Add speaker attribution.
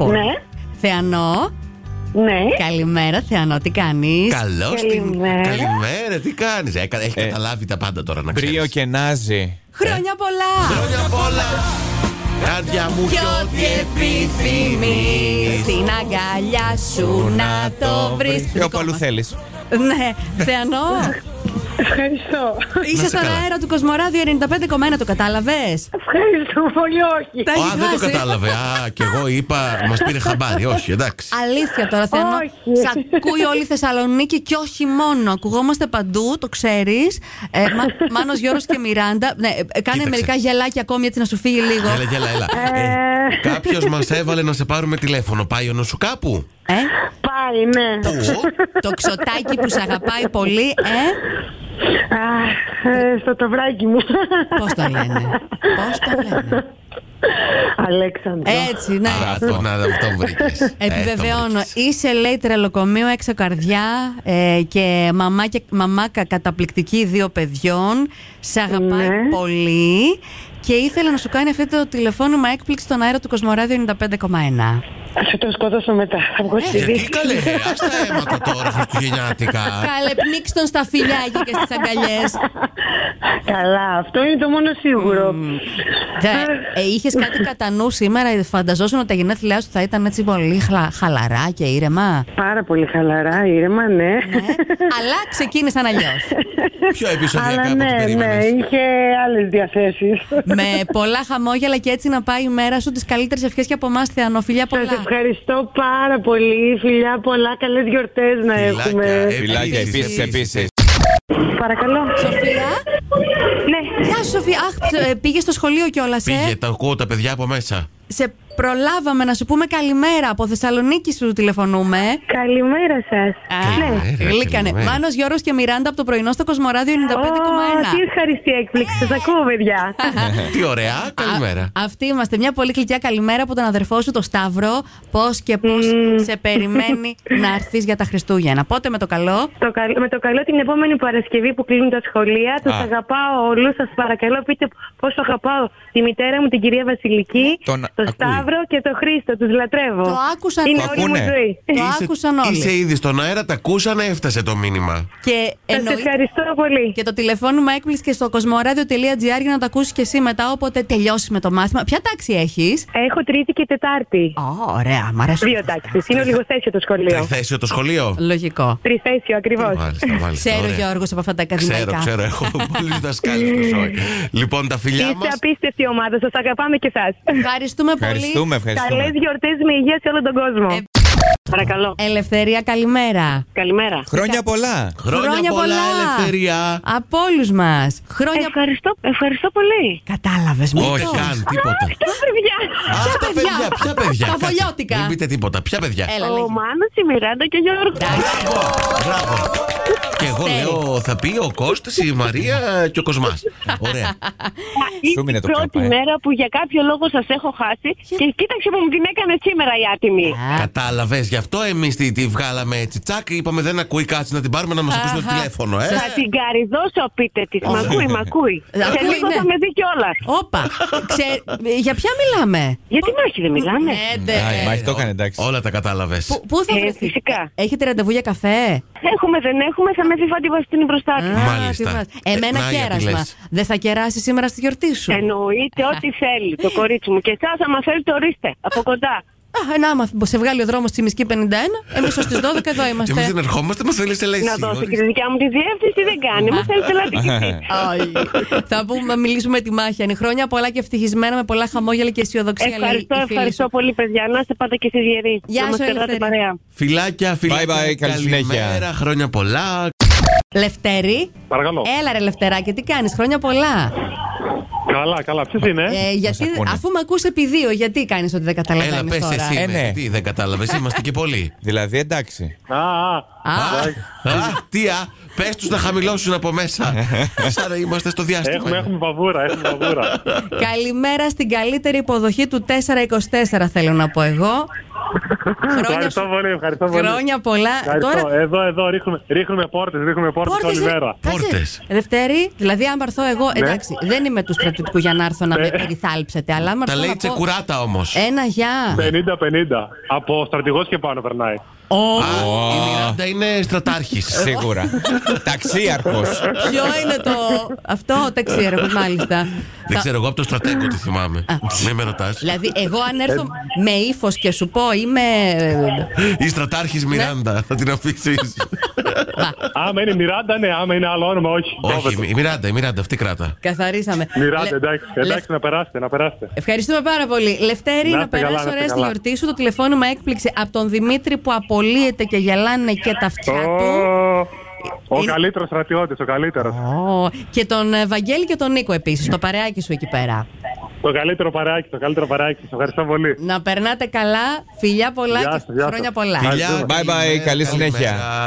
Speaker 1: Λοιπόν,
Speaker 2: Ναι.
Speaker 1: Θεανό,
Speaker 2: Ναι.
Speaker 1: καλημέρα Θεανό, τι κάνεις
Speaker 3: Καλώς την.
Speaker 2: Καλημέρα.
Speaker 3: Καλημέρα, τι κάνεις. Έχει καταλάβει τα πάντα τώρα να ξέρει.
Speaker 4: Ε, Μπρίο και Νάζι.
Speaker 1: Χρόνια πολλά!
Speaker 3: Χρόνια πολλά. Κάντια μου
Speaker 1: Κι
Speaker 3: και
Speaker 1: ό,τι
Speaker 3: ό,τι
Speaker 1: επιθυμείς
Speaker 3: επιθυμείς.
Speaker 1: Στην αγκαλιά σου να το βρεις
Speaker 4: Και
Speaker 1: Δικό
Speaker 4: όπου αλλού
Speaker 1: μας.
Speaker 4: θέλεις.
Speaker 1: Ναι, Θεανό,
Speaker 2: Ευχαριστώ.
Speaker 1: είσαι
Speaker 3: Να σε
Speaker 1: στον
Speaker 3: καλά.
Speaker 1: αέρα του Κοσμοράδιο 95,1, το κατάλαβες
Speaker 2: Ευχαριστώ πολύ, όχι.
Speaker 1: Τα
Speaker 3: Ε, Α,
Speaker 1: έχεις
Speaker 3: δεν το
Speaker 1: χάσει.
Speaker 3: κατάλαβε. Α, και εγώ είπα, μας πήρε χαμπάρι. Όχι, εντάξει.
Speaker 1: Αλήθεια τώρα, Θεανό.
Speaker 2: Όχι.
Speaker 1: Σ' ακούει όλη η Θεσσαλονίκη και όχι μόνο. Ακουγόμαστε παντού, το ξέρεις. Ε, Μα, Μάνος, Γιώργος και Μιράντα. Ναι, ε, ε, κάνε
Speaker 3: Κοίταξε.
Speaker 1: μερικά γελάκια ακόμη έτσι να σου φύγει λίγο.
Speaker 3: Έλα, γέλα, έλα.
Speaker 2: Ε.
Speaker 3: Κάποιος μας έβαλε να σε πάρουμε τηλέφωνο. Πάει ο νους σου κάπου.
Speaker 1: Ε,
Speaker 2: Πάει, ναι.
Speaker 3: Πού?
Speaker 1: το ξωτάκι που σε αγαπάει πολύ, ε.
Speaker 2: Α, ε, στο ταυράκι μου.
Speaker 1: Πώς το λένε. Πώς το λένε.
Speaker 2: Αλέξανδρο.
Speaker 1: Έτσι, ναι.
Speaker 3: Α, το να Ε, το βρήκε.
Speaker 1: Επιβεβαιώνω. Είσαι, λέει, τρελοκομείο έξω καρδιά ε, και μαμά και μαμάκα καταπληκτική δύο παιδιών. Σε αγαπάει
Speaker 2: Ναι.
Speaker 1: πολύ και ήθελε να σου κάνει αυτό το τηλεφώνημα έκπληξη στον αέρα του Κοσμοράδιο 95,1.
Speaker 2: Θα το σκότωσω μετά. Θα
Speaker 1: Ε,
Speaker 2: βγω στη
Speaker 3: Γιατί
Speaker 2: δίκη.
Speaker 3: Ε, καλέ, άστα αίματα τώρα χριστουγεννιάτικα.
Speaker 1: Καλέ, πνίξ' τον στα φιλιά εκεί και στις αγκαλιές.
Speaker 2: Καλά, αυτό είναι το μόνο σίγουρο.
Speaker 1: Δε, ε, είχες κάτι κατά νου σήμερα, ε, φανταζόσουν ότι τα γενέθλιά σου θα ήταν έτσι πολύ χλα- χαλαρά και ήρεμα.
Speaker 2: Πάρα πολύ χαλαρά, ήρεμα, ναι.
Speaker 1: Ναι. Αλλά ξεκίνησαν αλλιώς.
Speaker 3: Πιο επεισοδιακά
Speaker 2: Αλλά
Speaker 3: από ό,τι
Speaker 2: ναι, ναι,
Speaker 3: περίμενε.
Speaker 2: είχε άλλες διαθέσεις.
Speaker 1: με πολλά χαμόγελα και έτσι να πάει η μέρα σου. Τις καλύτερες ευχές και από εμάς, Θεανό. Φιλιά
Speaker 2: Σας
Speaker 1: πολλά.
Speaker 2: ευχαριστώ πάρα πολύ. Φιλιά πολλά, καλές γιορτές να
Speaker 1: Ε,
Speaker 2: έχουμε.
Speaker 4: Φιλάκια επίσης, επίσης.
Speaker 2: Παρακαλώ.
Speaker 1: Σοφία.
Speaker 2: Ναι.
Speaker 1: Γεια σου, Σοφία. Αχ, ε, πήγες στο σχολείο κιόλας, ε.
Speaker 3: Πήγε, τα ακούω τα παιδιά από μέσα.
Speaker 1: Σε προλάβαμε να σου πούμε καλημέρα. Από Θεσσαλονίκη σου τηλεφωνούμε.
Speaker 2: Καλημέρα σας.
Speaker 1: Α,
Speaker 3: Καλημέρα,
Speaker 1: Γλύκανε.
Speaker 3: καλημέρα.
Speaker 1: Μάνος Γιώργος και Μιράντα από το πρωινό στο Κοσμοράδιο 95,1.
Speaker 2: Ω, Τι ευχαριστή έκπληξη. Σας ακούω, παιδιά.
Speaker 3: Τι ωραία, καλημέρα.
Speaker 1: Α, αυτοί είμαστε. Μια πολύ κλικιά καλημέρα από τον αδερφό σου, τον Σταύρο. Πώς και πώς σε περιμένει να έρθεις για τα Χριστούγεννα. Πότε με το καλό.
Speaker 2: Το καλ- με το καλό την επόμενη Παρασκευή που κλείνουν τα σχολεία. Τους
Speaker 4: Α.
Speaker 2: αγαπάω όλους. Σας παρακαλώ πείτε πόσο αγαπάω τη μητέρα μου, την κυρία Βασιλική,
Speaker 4: Τον
Speaker 2: τον
Speaker 4: ακούει.
Speaker 2: Σταύρο και τον Χρήστο. Τους λατρεύω.
Speaker 1: Το άκουσαν
Speaker 2: Είναι
Speaker 1: όλοι.
Speaker 2: όλη μου
Speaker 4: Ακούνε.
Speaker 2: ζωή.
Speaker 1: Το άκουσαν όλοι.
Speaker 3: Είσαι ήδη στον αέρα, τα ακούσανε, έφτασε το μήνυμα.
Speaker 1: Και
Speaker 2: Σας
Speaker 1: εννοείται
Speaker 2: ευχαριστώ πολύ.
Speaker 1: Και το τηλεφώνημα έκπληξη και στο κοσμοradio.gr για να το ακούσεις και εσύ μετά, όποτε τελειώσεις με το μάθημα. Ποια τάξη έχεις.
Speaker 2: Έχω Τρίτη και Τετάρτη.
Speaker 1: Ωραία, μ' αρέσει.
Speaker 2: Δύο τάξεις. Είναι ολιγοθέσιο το σχολείο.
Speaker 3: Τριθέσιο το σχολείο.
Speaker 1: Λογικό.
Speaker 2: Τριθέσιο ακριβώς.
Speaker 3: Μάλιστα, μάλιστα.
Speaker 1: Ξέρω,
Speaker 3: ωραία.
Speaker 1: Γιώργος, από αυτά τα ακαδημαϊκά.
Speaker 3: Ξέρω, ξέρω, έχω πολλούς δασκάλους στο σόι. Λοιπόν, τα φιλιά μα.
Speaker 2: Είστε απίστευτη ομάδα. Σας αγαπάμε και εσάς.
Speaker 1: Ευχαριστούμε, πολύ.
Speaker 4: Ευχαριστούμε,
Speaker 2: Καλές
Speaker 4: ευχαριστούμε.
Speaker 2: γιορτές με υγεία σε όλο τον κόσμο.
Speaker 1: Ε,
Speaker 2: Παρακαλώ.
Speaker 1: Ελευθερία, καλημέρα.
Speaker 2: Καλημέρα.
Speaker 4: Χρόνια πολλά.
Speaker 3: Χρόνια, πολλά, ελευθερία.
Speaker 1: Από όλους μας. Χρόνια.
Speaker 2: Ευχαριστώ, ευχαριστώ πολύ.
Speaker 1: Κατάλαβες, μου
Speaker 3: Όχι,
Speaker 1: το.
Speaker 3: καν τίποτα.
Speaker 2: Τα παιδιά.
Speaker 3: Α,
Speaker 1: ποια
Speaker 3: τα
Speaker 1: παιδιά?
Speaker 3: Ποια παιδιά.
Speaker 1: Τα
Speaker 3: κάτσε,
Speaker 1: βολιώτικα. Ε.
Speaker 3: Μην πείτε τίποτα. Ποια παιδιά.
Speaker 1: Έλα, λέγε.
Speaker 2: Ο Μάνος, η Μιράντα και ο Γιώργος.
Speaker 3: Μπράβο, μπράβο. Και εγώ λέω, θα πει ο Κώστας, η Μαρία και ο Κοσμάς. Ωραία.
Speaker 4: Σου μείνε
Speaker 2: Είναι η
Speaker 4: το
Speaker 2: πρώτη
Speaker 4: κάπα, ε.
Speaker 2: μέρα που για κάποιο λόγο σας έχω χάσει και κοίταξε που μου την έκανε σήμερα η άτιμη.
Speaker 1: Α,
Speaker 3: Κατάλαβες, γι' αυτό εμείς τη, τη βγάλαμε έτσι. Τσακ, είπαμε δεν ακούει κάτσε να την πάρουμε να μας ακούσουν το
Speaker 1: Αχα.
Speaker 3: τηλέφωνο, ε.
Speaker 2: Θα την καριδώσω, πείτε της. Μ' ακούει, μ' ακούει. Σε
Speaker 1: Ακούει,
Speaker 2: λίγο
Speaker 1: ναι.
Speaker 2: θα με δει κιόλας.
Speaker 1: Όπα. Ξε- Για ποια μιλάμε.
Speaker 2: Γιατί μάχη δεν μιλάμε.
Speaker 1: Ε,
Speaker 3: Ναι,
Speaker 1: ντε.
Speaker 4: Α, η μάχη το έκανε,
Speaker 3: Όλα-
Speaker 4: εντάξει.
Speaker 3: Όλα τα κατάλαβες.
Speaker 1: Πού- Πού θα
Speaker 2: Ε,
Speaker 1: βρεθείτε.
Speaker 2: φυσικά.
Speaker 1: Έχετε ραντεβού για καφέ.
Speaker 2: Έχουμε, δεν έχουμε, θα με δει φάτη βαστίνη μπροστά
Speaker 1: Α,
Speaker 2: της.
Speaker 3: Μάλιστα.
Speaker 1: τι βάζεις.
Speaker 3: Ε,
Speaker 1: Εμένα
Speaker 3: να, γιατί
Speaker 1: κέρασμα.
Speaker 3: λες.
Speaker 1: Δεν θα κεράσει σήμερα στη γιορτή σου.
Speaker 2: Εννοείται ό,τι θέλει το κορίτσι μου. Και εσάς, άμα θέλετε, ορίστε. Από κοντά.
Speaker 1: Α, ε, να, άμα σε βγάλει ο δρόμος στη Μισκή 51, εμείς ως τις 12 εδώ
Speaker 3: Και εμεί
Speaker 1: είμαστε.
Speaker 3: δεν ερχόμαστε, μας θέλεις ελέγχη.
Speaker 2: Να δώσω και τη δικιά μου τη διεύθυνση, δεν κάνει. Μου θέλετε ελάτε κι εσείς.
Speaker 1: Όχι. θα πούμε, να μιλήσουμε με τη μάχη. Είναι χρόνια πολλά και ευτυχισμένα με πολλά χαμόγελα και αισιοδοξία. λέει
Speaker 2: Ευχαριστώ,
Speaker 1: η φίλη
Speaker 2: ευχαριστώ
Speaker 1: σου.
Speaker 2: πολύ, παιδιά. Να είστε πάντα και εσείς γεροί.
Speaker 1: Γεια
Speaker 2: να μας
Speaker 1: σου,
Speaker 2: κρατάτε
Speaker 1: Ελευθερία.
Speaker 2: παρέα.
Speaker 3: Φιλάκια, φιλάκια.
Speaker 4: Bye bye, καλή
Speaker 3: Καλημέρα,
Speaker 4: συνέχεια.
Speaker 3: χρόνια πολλά.
Speaker 1: Λευτέρη.
Speaker 5: Παρακαλώ.
Speaker 1: Έλα, ρε Λευτεράκη, τι κάνεις, χρόνια πολλά.
Speaker 5: Καλά, καλά. Ποιο είναι?
Speaker 1: Ε, γιατί,
Speaker 4: ακούνε.
Speaker 1: αφού με ακούς επί δύο, γιατί κάνεις ότι δεν
Speaker 3: Έλα,
Speaker 1: καταλαβαίνει
Speaker 3: πες
Speaker 1: τώρα.
Speaker 3: εσύ.
Speaker 4: Ε,
Speaker 3: ναι.
Speaker 4: ναι.
Speaker 3: Τι δεν κατάλαβες, είμαστε και πολλοί.
Speaker 4: Δηλαδή εντάξει.
Speaker 5: Α, α.
Speaker 1: Α,
Speaker 3: Α, α, τι α, πες τους να χαμηλώσουν από μέσα. Σαν να είμαστε στο
Speaker 5: Έχουμε,
Speaker 3: διάστημα.
Speaker 5: έχουμε παβούρα, έχουμε παβούρα.
Speaker 1: καλημέρα στην καλύτερη υποδοχή του 424, θέλω να πω εγώ.
Speaker 5: Ευχαριστώ πολύ, ευχαριστώ πολύ.
Speaker 1: Χρόνια πολλά.
Speaker 5: Ευχαριστώ. Εδώ, εδώ ρίχνουμε, ρίχνουμε πόρτες, ρίχνουμε πόρτες όλη
Speaker 1: ρε.
Speaker 5: μέρα. Ναι.
Speaker 1: Κάτσε.
Speaker 3: Πόρτες.
Speaker 1: Δευτέρη, δηλαδή, αν πάρθω εγώ. Εντάξει, δεν είμαι τους στρατιωτικού για να έρθω να με περιθάλψετε, αλλά άμα
Speaker 3: Τα
Speaker 1: έρθω
Speaker 3: λέει
Speaker 1: να πω Ε,
Speaker 3: τσεκουράτα όμως.
Speaker 1: Ένα γεια.
Speaker 5: Ναι. 50-50. Από στρατηγός και πάνω περνάει.
Speaker 1: Ω,
Speaker 3: Η Μιράντα είναι στρατάρχης.
Speaker 4: Σίγουρα. Ταξίαρχος.
Speaker 1: Ποιο είναι το. Αυτό τα ξέρω, μάλιστα.
Speaker 3: Δεν
Speaker 1: Θα-
Speaker 3: ξέρω, εγώ από το στρατέκο τι θυμάμαι. Ναι, με ρωτάς.
Speaker 1: Δηλαδή, εγώ αν έρθω με ύφος και σου πω είμαι.
Speaker 3: Η στρατάρχης Μιράντα, θα την αφήσεις.
Speaker 1: Μπα,
Speaker 5: Άμα είναι Μιράντα, ναι, άμα είναι άλλο όνομα, όχι.
Speaker 3: Όχι,
Speaker 5: Κόβεται.
Speaker 3: η Μιράντα, η Μιράντα, αυτή κράτα.
Speaker 1: καθαρίσαμε.
Speaker 5: Μιράντα,
Speaker 1: Λε-
Speaker 5: εντάξει, εντάξει, να περάσετε, να περάσετε.
Speaker 1: Ευχαριστούμε πάρα πολύ. Λευτέρη,
Speaker 5: Να
Speaker 1: να,
Speaker 5: είστε καλά,
Speaker 1: περάσει
Speaker 5: να είστε
Speaker 1: ωραία στη
Speaker 5: καλά.
Speaker 1: γιορτή σου. Το τηλεφώνημα έκπληξε από τον Δημήτρη που απολύεται και γελάνε και τα αυτιά του.
Speaker 5: Ο- Ο
Speaker 1: Είναι-
Speaker 5: καλύτερος στρατιώτης, ο καλύτερος.
Speaker 1: Ω, και τον ε, Βαγγέλη και τον Νίκο επίσης, το παρεάκι σου εκεί πέρα.
Speaker 5: Το καλύτερο παράκι, το καλύτερο παράκι. Σας ευχαριστώ πολύ.
Speaker 1: Να περνάτε καλά, φιλιά πολλά
Speaker 5: Γεια
Speaker 1: και
Speaker 5: σας, γεια σας.
Speaker 1: χρόνια πολλά.
Speaker 5: Φιλιά.
Speaker 4: Bye bye, καλή συνέχεια.